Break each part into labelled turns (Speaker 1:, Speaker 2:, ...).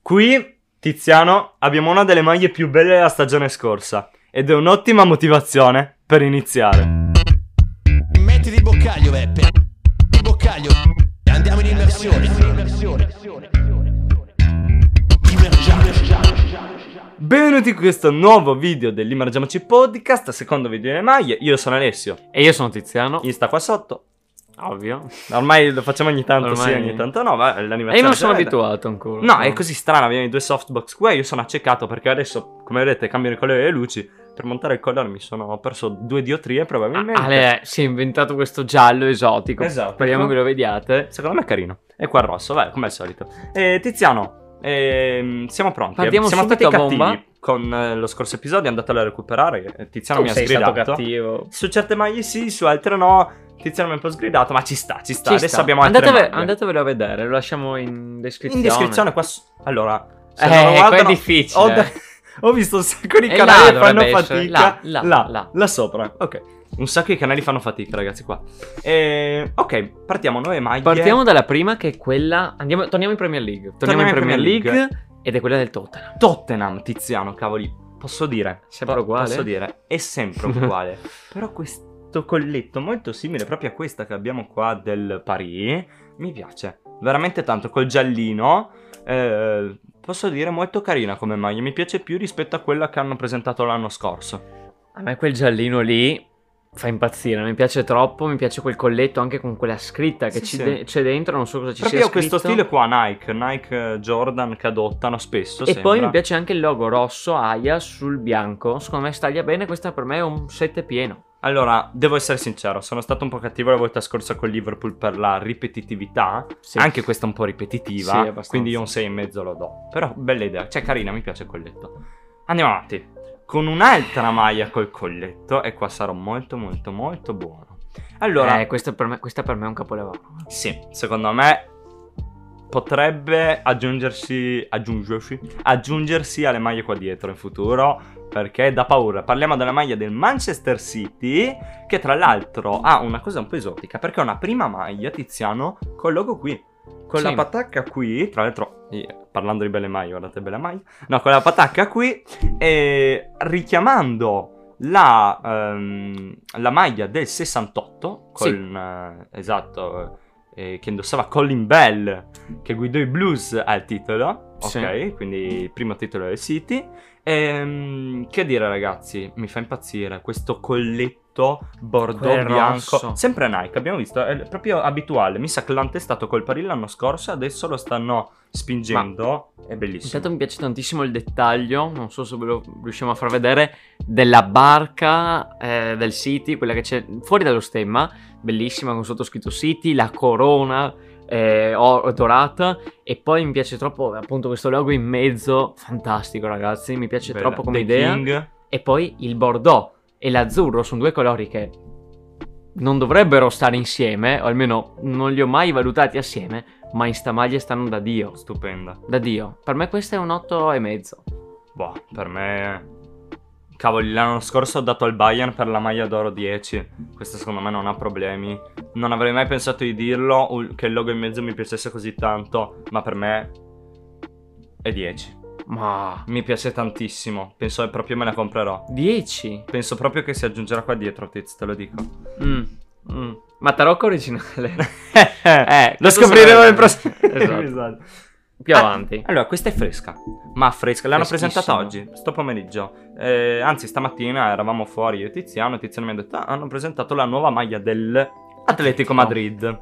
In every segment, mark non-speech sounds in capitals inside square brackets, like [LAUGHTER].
Speaker 1: Qui, Tiziano, abbiamo una delle maglie più belle della stagione scorsa ed è un'ottima motivazione per iniziare.
Speaker 2: Metti di boccaglio, Beppe. Di boccaglio. E Andiamo in immersione. Immergiamo.
Speaker 1: Benvenuti in questo nuovo video dell'Immergiamoci Podcast, secondo video delle maglie. Io sono Alessio,
Speaker 3: E io sono Tiziano,
Speaker 1: Insta qua sotto.
Speaker 3: ovvio.
Speaker 1: Ormai lo facciamo ogni tanto sì,
Speaker 3: Ormai-
Speaker 1: ogni tanto no, ma l'animazione
Speaker 3: E io non sono
Speaker 1: c'è.
Speaker 3: abituato ancora.
Speaker 1: No, è così strano, abbiamo i due softbox qua, io sono accecato perché adesso, come vedete, cambiano i colori delle luci. Per montare il colore mi sono perso due diotrie probabilmente.
Speaker 3: Ah, Ale si è inventato questo giallo esotico.
Speaker 1: Esatto.
Speaker 3: Speriamo che lo vediate.
Speaker 1: Secondo me è carino. E qua il rosso, vai, come al solito. Eh, Tiziano, ehm, siamo pronti.
Speaker 3: Partiamo
Speaker 1: siamo
Speaker 3: subito
Speaker 1: stati
Speaker 3: a
Speaker 1: cattivi
Speaker 3: bomba.
Speaker 1: con eh, lo scorso episodio, andatelo a recuperare. eh, Tiziano mi ha
Speaker 3: sei
Speaker 1: sgridato.
Speaker 3: stato cattivo.
Speaker 1: Su certe maglie sì, su altre no. Tiziano mi ha un po' sgridato, ma ci sta, ci sta.
Speaker 3: Ci
Speaker 1: Cioè, Adesso
Speaker 3: sta.
Speaker 1: abbiamo altre
Speaker 3: andateve,
Speaker 1: maglie.
Speaker 3: andatevelo a vedere, lo lasciamo in descrizione.
Speaker 1: In descrizione qua... s- Allora... se
Speaker 3: Eh,
Speaker 1: non lo
Speaker 3: qua
Speaker 1: guardano-
Speaker 3: è difficile.
Speaker 1: Ho, da- [LAUGHS] ho visto un sacco di
Speaker 3: È
Speaker 1: canali
Speaker 3: là
Speaker 1: che fanno
Speaker 3: dovrebbe essere,
Speaker 1: fatica.
Speaker 3: là, là, là.
Speaker 1: sopra. Ok. Un sacco di canali fanno fatica, ragazzi, qua. Eh, ok, partiamo noi maglie.
Speaker 3: Partiamo dalla prima che è quella... Andiamo, torniamo in Premier League. Torniamo, in Premier League, ed è quella del Tottenham.
Speaker 1: Tottenham, Tiziano, cavoli. Posso dire?
Speaker 3: Sembra uguale?
Speaker 1: Posso dire, è sempre
Speaker 3: [LAUGHS]
Speaker 1: uguale. Però questo colletto molto simile proprio a questa che abbiamo qua del Paris mi piace veramente tanto col giallino. eh, posso dire molto carina come maglia, mi piace più rispetto a quella che hanno presentato l'anno scorso.
Speaker 3: A me quel giallino lì fa impazzire, mi piace troppo, mi piace quel colletto anche con quella scritta che
Speaker 1: Sì,
Speaker 3: ci
Speaker 1: sì.
Speaker 3: de- c'è dentro, non so cosa ci
Speaker 1: Proprio
Speaker 3: sia
Speaker 1: questo
Speaker 3: scritto.
Speaker 1: stile qua Nike, Nike eh, Jordan che adottano spesso.
Speaker 3: E poi
Speaker 1: sembra.
Speaker 3: mi piace anche il logo rosso Aia sul bianco. Secondo me staglia bene. Questa per me è un 7 pieno.
Speaker 1: Allora, devo essere sincero, sono stato un po' cattivo la volta scorsa con Liverpool per la ripetitività.
Speaker 3: Sì.
Speaker 1: Anche questa è un po' ripetitiva.
Speaker 3: Sì, abbastanza.
Speaker 1: quindi io un 6 e mezzo lo do. Però bella idea. Cioè, carina, mi piace il colletto. Andiamo avanti. Con un'altra maglia col colletto. E qua sarò molto, molto, molto buono. Allora,
Speaker 3: Eh, questa per me, questa per me è un capolavoro.
Speaker 1: sì, secondo me potrebbe aggiungersi, aggiungersi, aggiungersi alle maglie qua dietro in futuro perché dà paura. Parliamo della maglia del Manchester City che tra l'altro ha una cosa un po' esotica perché è una prima maglia Tiziano col logo qui. Con
Speaker 3: Sì.
Speaker 1: la patacca qui, tra l'altro, eh, parlando di belle maglie, guardate bella maglia. No, con la patacca qui, e richiamando la, ehm, la maglia del 68, con, eh, esatto, eh, che indossava Colin Bell, che guidò i blues al titolo, ok?
Speaker 3: Sì.
Speaker 1: Quindi il primo titolo del City. Ehm, che dire ragazzi, mi fa impazzire questo colletto bordeaux
Speaker 3: Quel
Speaker 1: bianco,
Speaker 3: rosso.
Speaker 1: sempre Nike, abbiamo visto, è proprio abituale, mi sa che l'hanno testato col Parì l'anno scorso, adesso lo stanno spingendo, è bellissimo.
Speaker 3: Intanto mi piace tantissimo il dettaglio. Non so se ve lo riusciamo a far vedere. Della barca eh, del City, quella che c'è fuori dallo stemma, bellissima con sottoscritto City, la corona eh, o- dorata. E poi mi piace troppo appunto questo logo in mezzo. Fantastico, ragazzi. Mi piace
Speaker 1: Bella.
Speaker 3: troppo come
Speaker 1: The
Speaker 3: idea.
Speaker 1: King.
Speaker 3: e poi il bordeaux e l'azzurro sono due colori che non dovrebbero stare insieme, o almeno non li ho mai valutati assieme, ma in sta maglia stanno da Dio.
Speaker 1: Stupenda.
Speaker 3: Da Dio. Per me questo è un 8 e mezzo.
Speaker 1: Boh, per me... Cavoli, l'anno scorso ho dato al Bayern per la maglia d'oro 10. Questa secondo me non ha problemi. Non avrei mai pensato di dirlo o che il logo in mezzo mi piacesse così tanto, ma per me è 10.
Speaker 3: Ma
Speaker 1: Mi piace tantissimo, penso che proprio me la comprerò.
Speaker 3: 10?
Speaker 1: Penso proprio che si aggiungerà qua dietro, Tiz, te lo dico.
Speaker 3: Mm. mm. Ma
Speaker 1: [LAUGHS]
Speaker 3: tarocco originale.
Speaker 1: eh, lo
Speaker 3: questo
Speaker 1: scopriremo
Speaker 3: sarebbe-
Speaker 1: nel [LAUGHS] prossimo
Speaker 3: Esatto.
Speaker 1: episodio.
Speaker 3: Più
Speaker 1: Ah,
Speaker 3: avanti.
Speaker 1: Allora, questa è fresca, ma fresca. L'hanno
Speaker 3: Freschissima.
Speaker 1: presentata oggi, sto pomeriggio. Eh, anzi, stamattina eravamo fuori io e Tiziano. E Tiziano mi ha detto: "Ah, hanno presentato la nuova maglia dell'Atletico Madrid.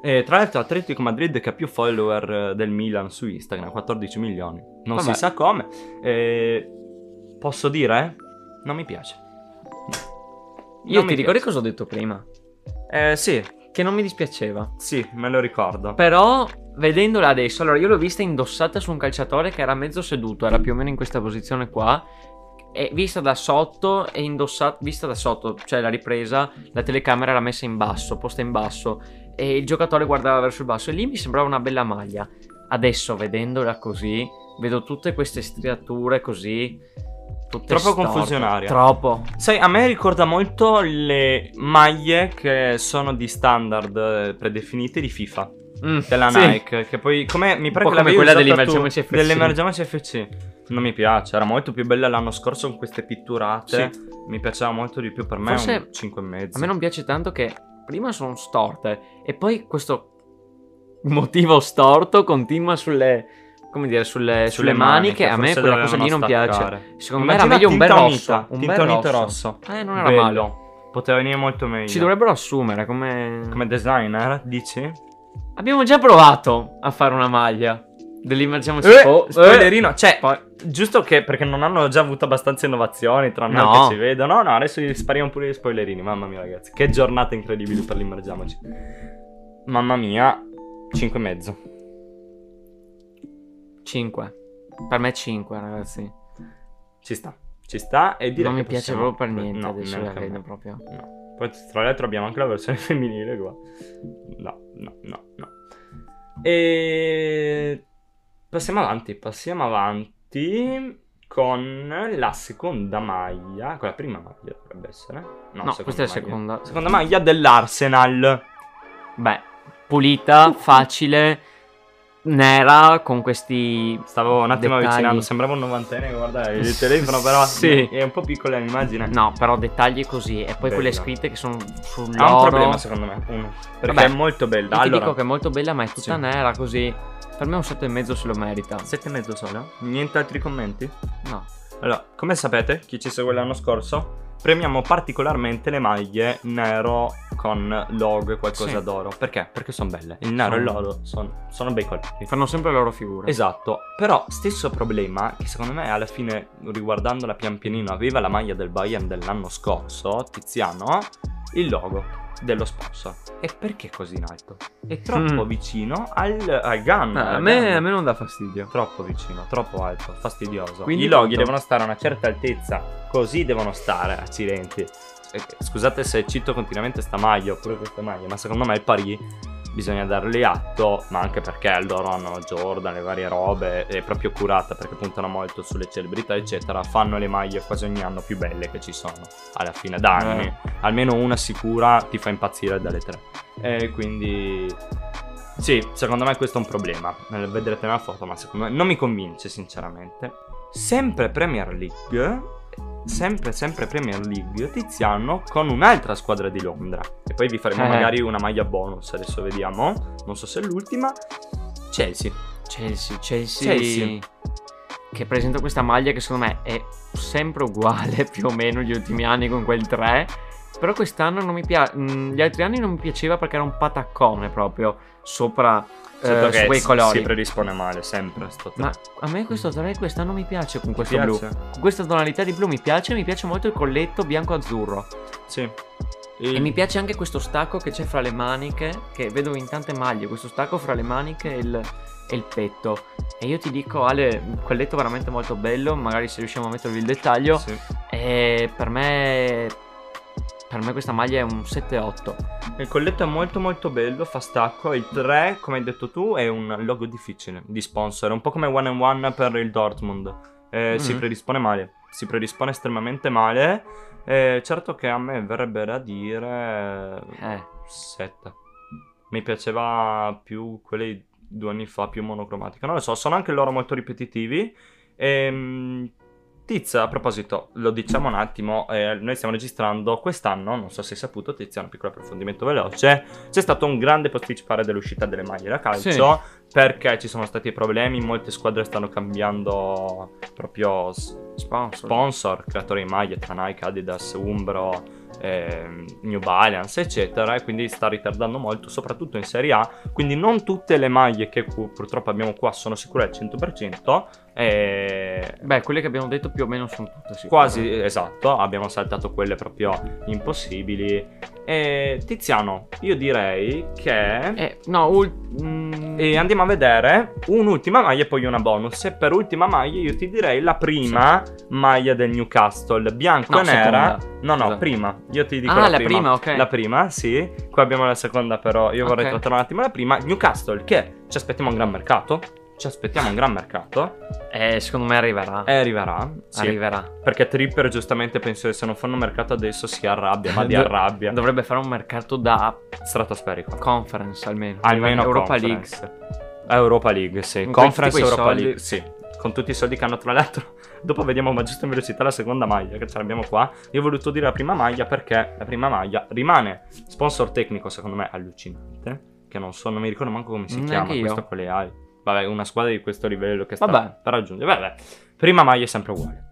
Speaker 1: E tra l'altro, Atletico Madrid che ha più follower eh, del Milan su Instagram, 14 milioni. Non
Speaker 3: Vabbè.
Speaker 1: si sa come. Eh, posso dire? Non mi piace.
Speaker 3: Io
Speaker 1: Non
Speaker 3: ti
Speaker 1: mi
Speaker 3: ricordi
Speaker 1: piace.
Speaker 3: cosa ho detto prima?
Speaker 1: Eh, sì,
Speaker 3: Che non mi dispiaceva.
Speaker 1: sì, me lo ricordo.
Speaker 3: Però, vedendola adesso, allora io l'ho vista indossata su un calciatore che era mezzo seduto, era più o meno in questa posizione qua. E vista da sotto e indossata, vista da sotto, cioè la ripresa, la telecamera era messa in basso, posta in basso, e il giocatore guardava verso il basso, e lì mi sembrava una bella maglia. Adesso, vedendola così, vedo tutte queste striature così. tutte
Speaker 1: Troppo
Speaker 3: storte.
Speaker 1: confusionaria.
Speaker 3: Troppo.
Speaker 1: Sai, a me ricorda molto le maglie che sono di standard eh, predefinite di FIFA.
Speaker 3: Mm,
Speaker 1: della
Speaker 3: sì.
Speaker 1: Nike, che poi come mi pare
Speaker 3: po'
Speaker 1: che l'avevi
Speaker 3: come
Speaker 1: usata
Speaker 3: quella
Speaker 1: tu,
Speaker 3: dell'Emergency FC.
Speaker 1: dell'Emergency FC. Non mi piace, era molto più bella l'anno scorso con queste pitturate. Mi piaceva molto di più per me
Speaker 3: Forse
Speaker 1: è un 5 e mezzo.
Speaker 3: A me non piace tanto che prima sono storte e poi questo motivo storto continua sulle, come dire, sulle, sulle, maniche. A me
Speaker 1: forse
Speaker 3: quella cosa lì
Speaker 1: dovevano
Speaker 3: non piace.
Speaker 1: staccare.
Speaker 3: Secondo me
Speaker 1: Immagina
Speaker 3: era meglio un bel
Speaker 1: tinta
Speaker 3: rosso.
Speaker 1: unita,
Speaker 3: un
Speaker 1: tinta
Speaker 3: bel
Speaker 1: unita
Speaker 3: rosso. Eh, non era
Speaker 1: Bello.
Speaker 3: male.
Speaker 1: Poteva venire molto meglio.
Speaker 3: Ci dovrebbero assumere come...
Speaker 1: Come designer, dici?
Speaker 3: Abbiamo già provato a fare una maglia dell'immergiamoci
Speaker 1: Eh,
Speaker 3: Oh, eh.
Speaker 1: spoilerino, cioè,
Speaker 3: Poi-
Speaker 1: giusto che perché non hanno già avuto abbastanza innovazioni tra noi
Speaker 3: No.
Speaker 1: che ci vedono. No, no, adesso gli spariamo pure gli spoilerini. Mamma mia, ragazzi, che giornata incredibile per l'immergiamoci. Mamma mia, 5 e mezzo.
Speaker 3: 5. Per me 5, ragazzi.
Speaker 1: Ci sta, ci sta. E direi
Speaker 3: non mi
Speaker 1: che
Speaker 3: piace
Speaker 1: possiamo-
Speaker 3: proprio per niente
Speaker 1: No,
Speaker 3: adesso la
Speaker 1: neanche a me.
Speaker 3: vedo proprio.
Speaker 1: No. Poi tra l'altro abbiamo anche la versione [LAUGHS] femminile qua. No, no, no, no. E passiamo avanti, passiamo avanti con la seconda maglia, con la prima maglia dovrebbe essere.
Speaker 3: No,
Speaker 1: seconda
Speaker 3: questa è la
Speaker 1: maglia.
Speaker 3: seconda.
Speaker 1: Seconda maglia dell'Arsenal.
Speaker 3: Beh, [LAUGHS] pulita, facile, nera, con questi...
Speaker 1: Stavo un attimo
Speaker 3: Dettagli.
Speaker 1: avvicinando, sembrava un novantenne, guarda
Speaker 3: [LAUGHS]
Speaker 1: il telefono però
Speaker 3: Sì.
Speaker 1: è un po' eh, piccola l'immagine.
Speaker 3: No, però dettagli così. E poi quelle
Speaker 1: Bella.
Speaker 3: scritte che sono sull'oro.
Speaker 1: Ha un problema secondo me, uno. Perché
Speaker 3: Vabbè,
Speaker 1: è molto
Speaker 3: Io
Speaker 1: bella.
Speaker 3: ti
Speaker 1: allora,
Speaker 3: dico che è molto bella, ma è tutta
Speaker 1: Sì.
Speaker 3: nera così. Per me un 7 e mezzo se lo merita.
Speaker 1: Sette e mezzo solo? Niente altri commenti?
Speaker 3: No.
Speaker 1: Allora, come sapete, chi ci segue l'anno scorso, premiamo particolarmente le maglie nero con logo e qualcosa
Speaker 3: Sì.
Speaker 1: d'oro. Perché? Perché sono belle. Il nero e
Speaker 3: Sono-
Speaker 1: l'oro sono, sono bei colori.
Speaker 3: Fanno sempre la loro figura.
Speaker 1: Esatto, però stesso problema che secondo me alla fine, riguardandola pian pianino, aveva la maglia del Bayern dell'anno scorso, Tiziano, il logo dello sponsor. E perché così in alto? È troppo
Speaker 3: Mm.
Speaker 1: vicino al, al gun.
Speaker 3: Ma Ah, a,
Speaker 1: al
Speaker 3: me,
Speaker 1: gun.
Speaker 3: a me non dà fastidio.
Speaker 1: Troppo vicino, troppo alto, fastidioso.
Speaker 3: Quindi
Speaker 1: I loghi
Speaker 3: quanto?
Speaker 1: devono stare a una certa altezza, così devono stare, accidenti. Eh, Scusate se cito continuamente sta maglia oppure questa maglia, ma secondo me il Paris bisogna darle atto, ma anche perché loro hanno Jordan, le varie robe, è proprio curata perché puntano molto sulle celebrità, eccetera. Fanno le maglie quasi ogni anno più belle che ci sono, alla fine, da anni.
Speaker 3: Eh.
Speaker 1: Almeno una sicura ti fa impazzire dalle tre. E quindi sì, secondo me questo è un problema. Eh, Vedrete nella foto, ma secondo me non mi convince, sinceramente. Sempre Premier League. Sempre, sempre Premier League. Tiziano con un'altra squadra di Londra. E poi vi faremo
Speaker 3: Eh.
Speaker 1: magari una maglia bonus. Adesso vediamo. Non so se è l'ultima. Chelsea.
Speaker 3: Eh, Chelsea, Chelsea,
Speaker 1: Chelsea.
Speaker 3: Che presenta questa maglia che secondo me è sempre uguale [LAUGHS] più o meno gli ultimi anni con quel 3. Però quest'anno non mi piace. Gli altri anni non mi piaceva perché era un pataccone proprio sopra
Speaker 1: Sento
Speaker 3: eh,
Speaker 1: che
Speaker 3: su quei
Speaker 1: si-
Speaker 3: colori.
Speaker 1: si predispone male, sempre. Sto
Speaker 3: Ma
Speaker 1: Ti
Speaker 3: a me questo 3 quest'anno mi piace con questo blu.
Speaker 1: piace?
Speaker 3: Con questa tonalità di blu mi piace, mi piace molto il colletto bianco-azzurro.
Speaker 1: Sì.
Speaker 3: E mi piace anche questo stacco che c'è fra le maniche, che vedo in tante maglie, questo stacco fra le maniche e il, e il petto. E io ti dico, Ale, un colletto veramente molto bello, magari se riusciamo a mettervi il dettaglio.
Speaker 1: Sì.
Speaker 3: E per me... Per me questa maglia è un 7-8.
Speaker 1: Il colletto è molto molto bello, fa stacco. Il 3, come hai detto tu, è un logo difficile di sponsor, un po' come One and One per il Dortmund. Eh, Si
Speaker 3: Mhm.
Speaker 1: predispone male, si predispone estremamente male. Eh, certo che a me verrebbe da dire
Speaker 3: Eh,
Speaker 1: 7. Mi piaceva più quelli due anni fa, più monocromatica. Non lo so, sono anche loro molto ripetitivi. Ehm, Tizia, a proposito, lo diciamo un attimo, eh, noi stiamo registrando quest'anno, non so se hai saputo, Tizia, un piccolo approfondimento veloce, c'è stato un grande posticipare dell'uscita delle maglie da calcio perché ci sono stati problemi, molte squadre stanno cambiando proprio s-
Speaker 3: sponsor.
Speaker 1: sponsor, creatori di maglie tra Nike, Adidas, Umbro, ehm, New Balance, eccetera, e quindi sta ritardando molto, soprattutto in Serie A. Quindi non tutte le maglie che cu- purtroppo abbiamo qua sono sicure al 100%, eh,
Speaker 3: Beh, quelle che abbiamo detto più o meno sono tutte sicure.
Speaker 1: quasi esatto, abbiamo saltato quelle proprio impossibili. E, Tiziano, io direi che...
Speaker 3: Eh, no, ul- mm,
Speaker 1: E andiamo a vedere un'ultima maglia e poi una bonus. E per ultima maglia io ti direi la prima maglia del Newcastle, bianco
Speaker 3: No,
Speaker 1: e nera.
Speaker 3: seconda.
Speaker 1: No, no,
Speaker 3: Scusa.
Speaker 1: prima. Io ti dico
Speaker 3: Ah,
Speaker 1: la,
Speaker 3: la
Speaker 1: prima.
Speaker 3: prima, ok.
Speaker 1: La prima, sì. Qua abbiamo la seconda però, io vorrei
Speaker 3: Ok.
Speaker 1: trattare un attimo la prima. Newcastle che ci aspettiamo un gran mercato. ci aspettiamo un gran mercato
Speaker 3: Eh, secondo me arriverà.
Speaker 1: e arriverà. Sì,
Speaker 3: Arriverà.
Speaker 1: perché Tripper giustamente penso che se non fanno mercato adesso si arrabbia,
Speaker 3: [LAUGHS]
Speaker 1: ma di
Speaker 3: Dov-
Speaker 1: arrabbia.
Speaker 3: Dovrebbe fare un mercato da
Speaker 1: Stratosferico.
Speaker 3: conference almeno.
Speaker 1: Almeno
Speaker 3: Europa
Speaker 1: Conference.
Speaker 3: League.
Speaker 1: Ah, Europa League, sì.
Speaker 3: Con
Speaker 1: Conference
Speaker 3: questi- quei
Speaker 1: Europa
Speaker 3: soldi.
Speaker 1: League, sì. Con tutti i soldi che hanno, tra l'altro. [LAUGHS] Dopo vediamo, ma giusto in velocità, la seconda maglia che ce l'abbiamo qua. Io ho voluto dire la prima maglia perché la prima maglia rimane sponsor tecnico, secondo me, allucinante. Che non so, non mi ricordo manco come si
Speaker 3: Neanche
Speaker 1: chiama
Speaker 3: io.
Speaker 1: questo con le ali. Vabbè, una squadra di questo livello che sta
Speaker 3: Vabbè.
Speaker 1: per raggiungere. Vabbè, prima maglia è sempre uguale.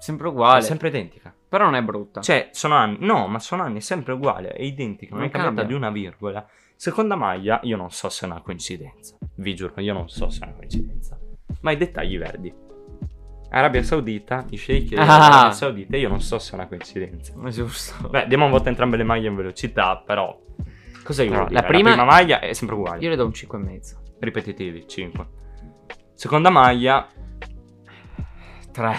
Speaker 3: Sempre uguale.
Speaker 1: È sempre identica.
Speaker 3: Però non è brutta.
Speaker 1: Cioè, sono anni, no, ma sono anni sempre uguali, è identico, non,
Speaker 3: Non
Speaker 1: è cambiata
Speaker 3: cambia.
Speaker 1: di una virgola. Seconda maglia, io non so se è una coincidenza. Vi giuro, io non so se è una coincidenza. Ma i dettagli verdi. Arabia Saudita, i sheikh
Speaker 3: Ah.
Speaker 1: dell'Arabia Saudita, io non so se è una coincidenza.
Speaker 3: Ma giusto.
Speaker 1: Beh, diamo un voto a entrambe le maglie in velocità, però... Cosa
Speaker 3: No,
Speaker 1: io
Speaker 3: la prima-
Speaker 1: maglia è sempre uguale.
Speaker 3: Io le do un 5 e mezzo.
Speaker 1: Ripetitivi, 5. Seconda maglia,
Speaker 3: 3.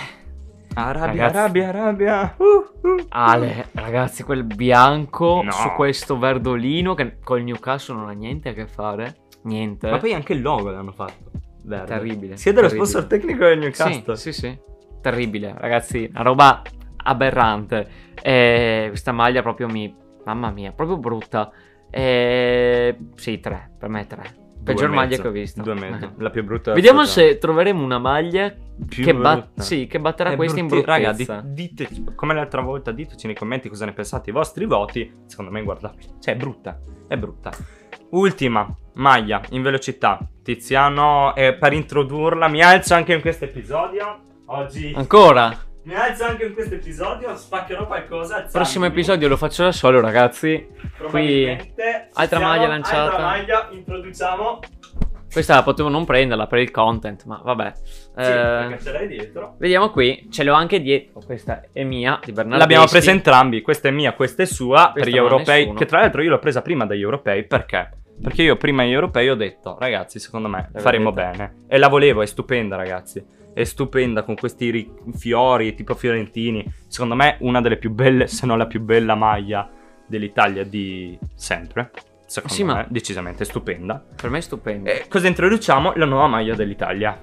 Speaker 1: Arabia,
Speaker 3: Ragazzi.
Speaker 1: Arabia, Arabia. Uh, uh, uh.
Speaker 3: Ale, ragazzi, quel bianco
Speaker 1: No.
Speaker 3: su questo verdolino che col Newcastle non ha niente a che fare. Niente.
Speaker 1: Ma poi anche il logo l'hanno fatto. Verde.
Speaker 3: Terribile.
Speaker 1: Sia dello
Speaker 3: terribile.
Speaker 1: sponsor tecnico del
Speaker 3: Sì,
Speaker 1: Newcastle.
Speaker 3: sì, sì. Terribile, ragazzi. Una roba aberrante. Eh, questa maglia proprio mi... Mamma mia, proprio brutta. Eh, sì, tre. Per me tre.
Speaker 1: Due
Speaker 3: Peggior
Speaker 1: e
Speaker 3: maglia
Speaker 1: mezzo.
Speaker 3: che ho visto.
Speaker 1: Due e
Speaker 3: [LAUGHS]
Speaker 1: mezzo. La più brutta.
Speaker 3: Vediamo
Speaker 1: assoluta.
Speaker 3: se troveremo una maglia
Speaker 1: Più
Speaker 3: che, bat-
Speaker 1: brutta.
Speaker 3: sì, che batterà
Speaker 1: È
Speaker 3: questa in
Speaker 1: brutti-
Speaker 3: bruttezza.
Speaker 1: Raga, di- diteci, come l'altra volta, diteci nei commenti cosa ne pensate, i vostri voti. Secondo me è guardabile. Cioè, è brutta. È brutta. Ultima maglia in velocità. Tiziano, eh, per introdurla, mi alzo anche in questo episodio. Oggi
Speaker 3: Ah. Ancora?
Speaker 1: mi alzo anche in questo episodio. Spaccherò qualcosa. alzandomi.
Speaker 3: Prossimo episodio lo faccio da solo, ragazzi.
Speaker 1: Probabilmente.
Speaker 3: altra
Speaker 1: Tiziano,
Speaker 3: maglia lanciata.
Speaker 1: Altra maglia, introduciamo.
Speaker 3: Questa la potevo non prenderla per il content, ma vabbè.
Speaker 1: Sì,
Speaker 3: Eh,
Speaker 1: perché ce l'hai dietro.
Speaker 3: vediamo qui, ce l'ho anche dietro. Questa è mia, di Bernardeschi.
Speaker 1: L'abbiamo presa entrambi, questa è mia, questa è sua, per
Speaker 3: Questa
Speaker 1: gli
Speaker 3: non ha
Speaker 1: europei,
Speaker 3: nessuno.
Speaker 1: che tra l'altro io l'ho presa prima dagli europei, perché? Perché io prima agli europei ho detto, ragazzi, secondo me
Speaker 3: L'avete
Speaker 1: faremo
Speaker 3: detto.
Speaker 1: bene. E la volevo, è stupenda ragazzi, è stupenda con questi ri- fiori tipo fiorentini, secondo me una delle più belle, se non la più bella maglia dell'Italia di sempre, secondo
Speaker 3: Sì,
Speaker 1: me,
Speaker 3: ma-
Speaker 1: decisamente stupenda.
Speaker 3: Per me è stupendo.
Speaker 1: Eh, cosa introduciamo? La nuova maglia dell'Italia.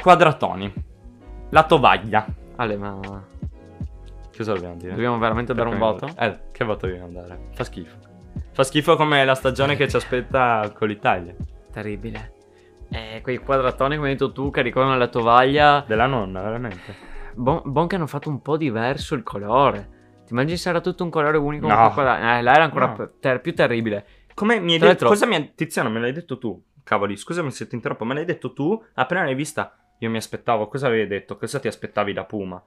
Speaker 1: Quadratoni. La tovaglia.
Speaker 3: Ale, ma
Speaker 1: Cosa dobbiamo dire?
Speaker 3: dobbiamo veramente dare un voto?
Speaker 1: Eh, che voto dobbiamo dare? Fa schifo. Fa schifo come la stagione che ci aspetta con l'Italia.
Speaker 3: Terribile. Eh, quei quadratoni come hai detto tu che ricordano la tovaglia.
Speaker 1: Della nonna, veramente.
Speaker 3: Bon, bon che hanno fatto un po' diverso il colore. Ti immagini se era tutto un colore unico?
Speaker 1: No.
Speaker 3: un po' quadra- Eh, là era ancora
Speaker 1: No.
Speaker 3: pe- ter- più terribile.
Speaker 1: Come mi hai
Speaker 3: Tra
Speaker 1: detto...
Speaker 3: l'altro-
Speaker 1: Cosa mi ha... Tiziano, me l'hai detto tu. Cavoli, scusami se ti interrompo. Me l'hai detto tu. Appena l'hai vista, io mi aspettavo. Cosa avevi detto? Cosa ti aspettavi da Puma?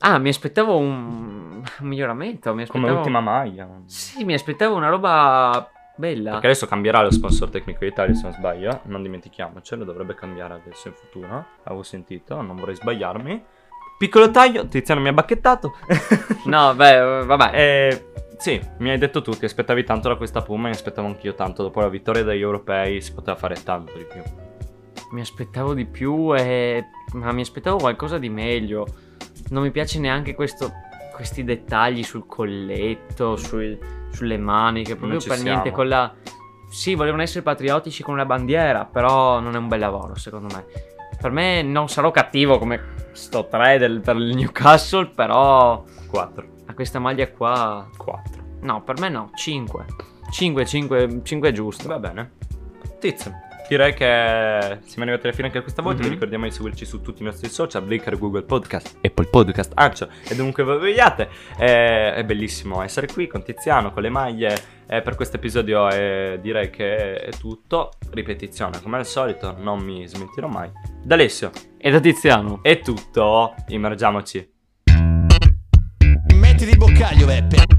Speaker 3: Ah, mi aspettavo un, un miglioramento. Mi
Speaker 1: Come
Speaker 3: aspettavo...
Speaker 1: ultima maglia.
Speaker 3: Sì, mi aspettavo una roba bella.
Speaker 1: Perché adesso cambierà lo sponsor tecnico d'Italia, se non sbaglio, eh? non dimentichiamocelo, dovrebbe cambiare adesso in futuro, avevo sentito, non vorrei sbagliarmi. Piccolo taglio, Tiziano mi ha bacchettato. [LAUGHS]
Speaker 3: No, beh, vabbè.
Speaker 1: Eh, sì, mi hai detto tu, ti aspettavi tanto da questa Puma e mi aspettavo anch'io tanto, dopo la vittoria dagli europei si poteva fare tanto di più.
Speaker 3: Mi aspettavo di più e... Ma mi aspettavo qualcosa di meglio. Non mi piace neanche questo... questi dettagli sul colletto, sul- sulle maniche, proprio
Speaker 1: ci
Speaker 3: per
Speaker 1: siamo.
Speaker 3: niente con la... Sì, volevano essere patriottici con la bandiera, però non è un bel lavoro, secondo me. Per me non sarò cattivo come sto 3 del, per il Newcastle, però
Speaker 1: 4,
Speaker 3: a questa maglia qua...
Speaker 1: 4.
Speaker 3: No, per me no, 5. 5, 5, 5 è giusto.
Speaker 1: Va bene. Tizio. Direi che siamo arrivati alla fine anche questa volta.
Speaker 3: Mhm.
Speaker 1: Vi ricordiamo di seguirci su tutti i nostri social: Blicker, Google Podcast, Apple Podcast, Anchor e dovunque voi vogliate. Eh, è bellissimo essere qui con Tiziano, con le maglie. Eh, per questo episodio eh, direi che è tutto. Ripetizione, come al solito, non mi smentirò mai. Da Alessio
Speaker 3: E da Tiziano.
Speaker 1: è tutto. Immergiamoci.
Speaker 2: Metti di boccaglio, Beppe.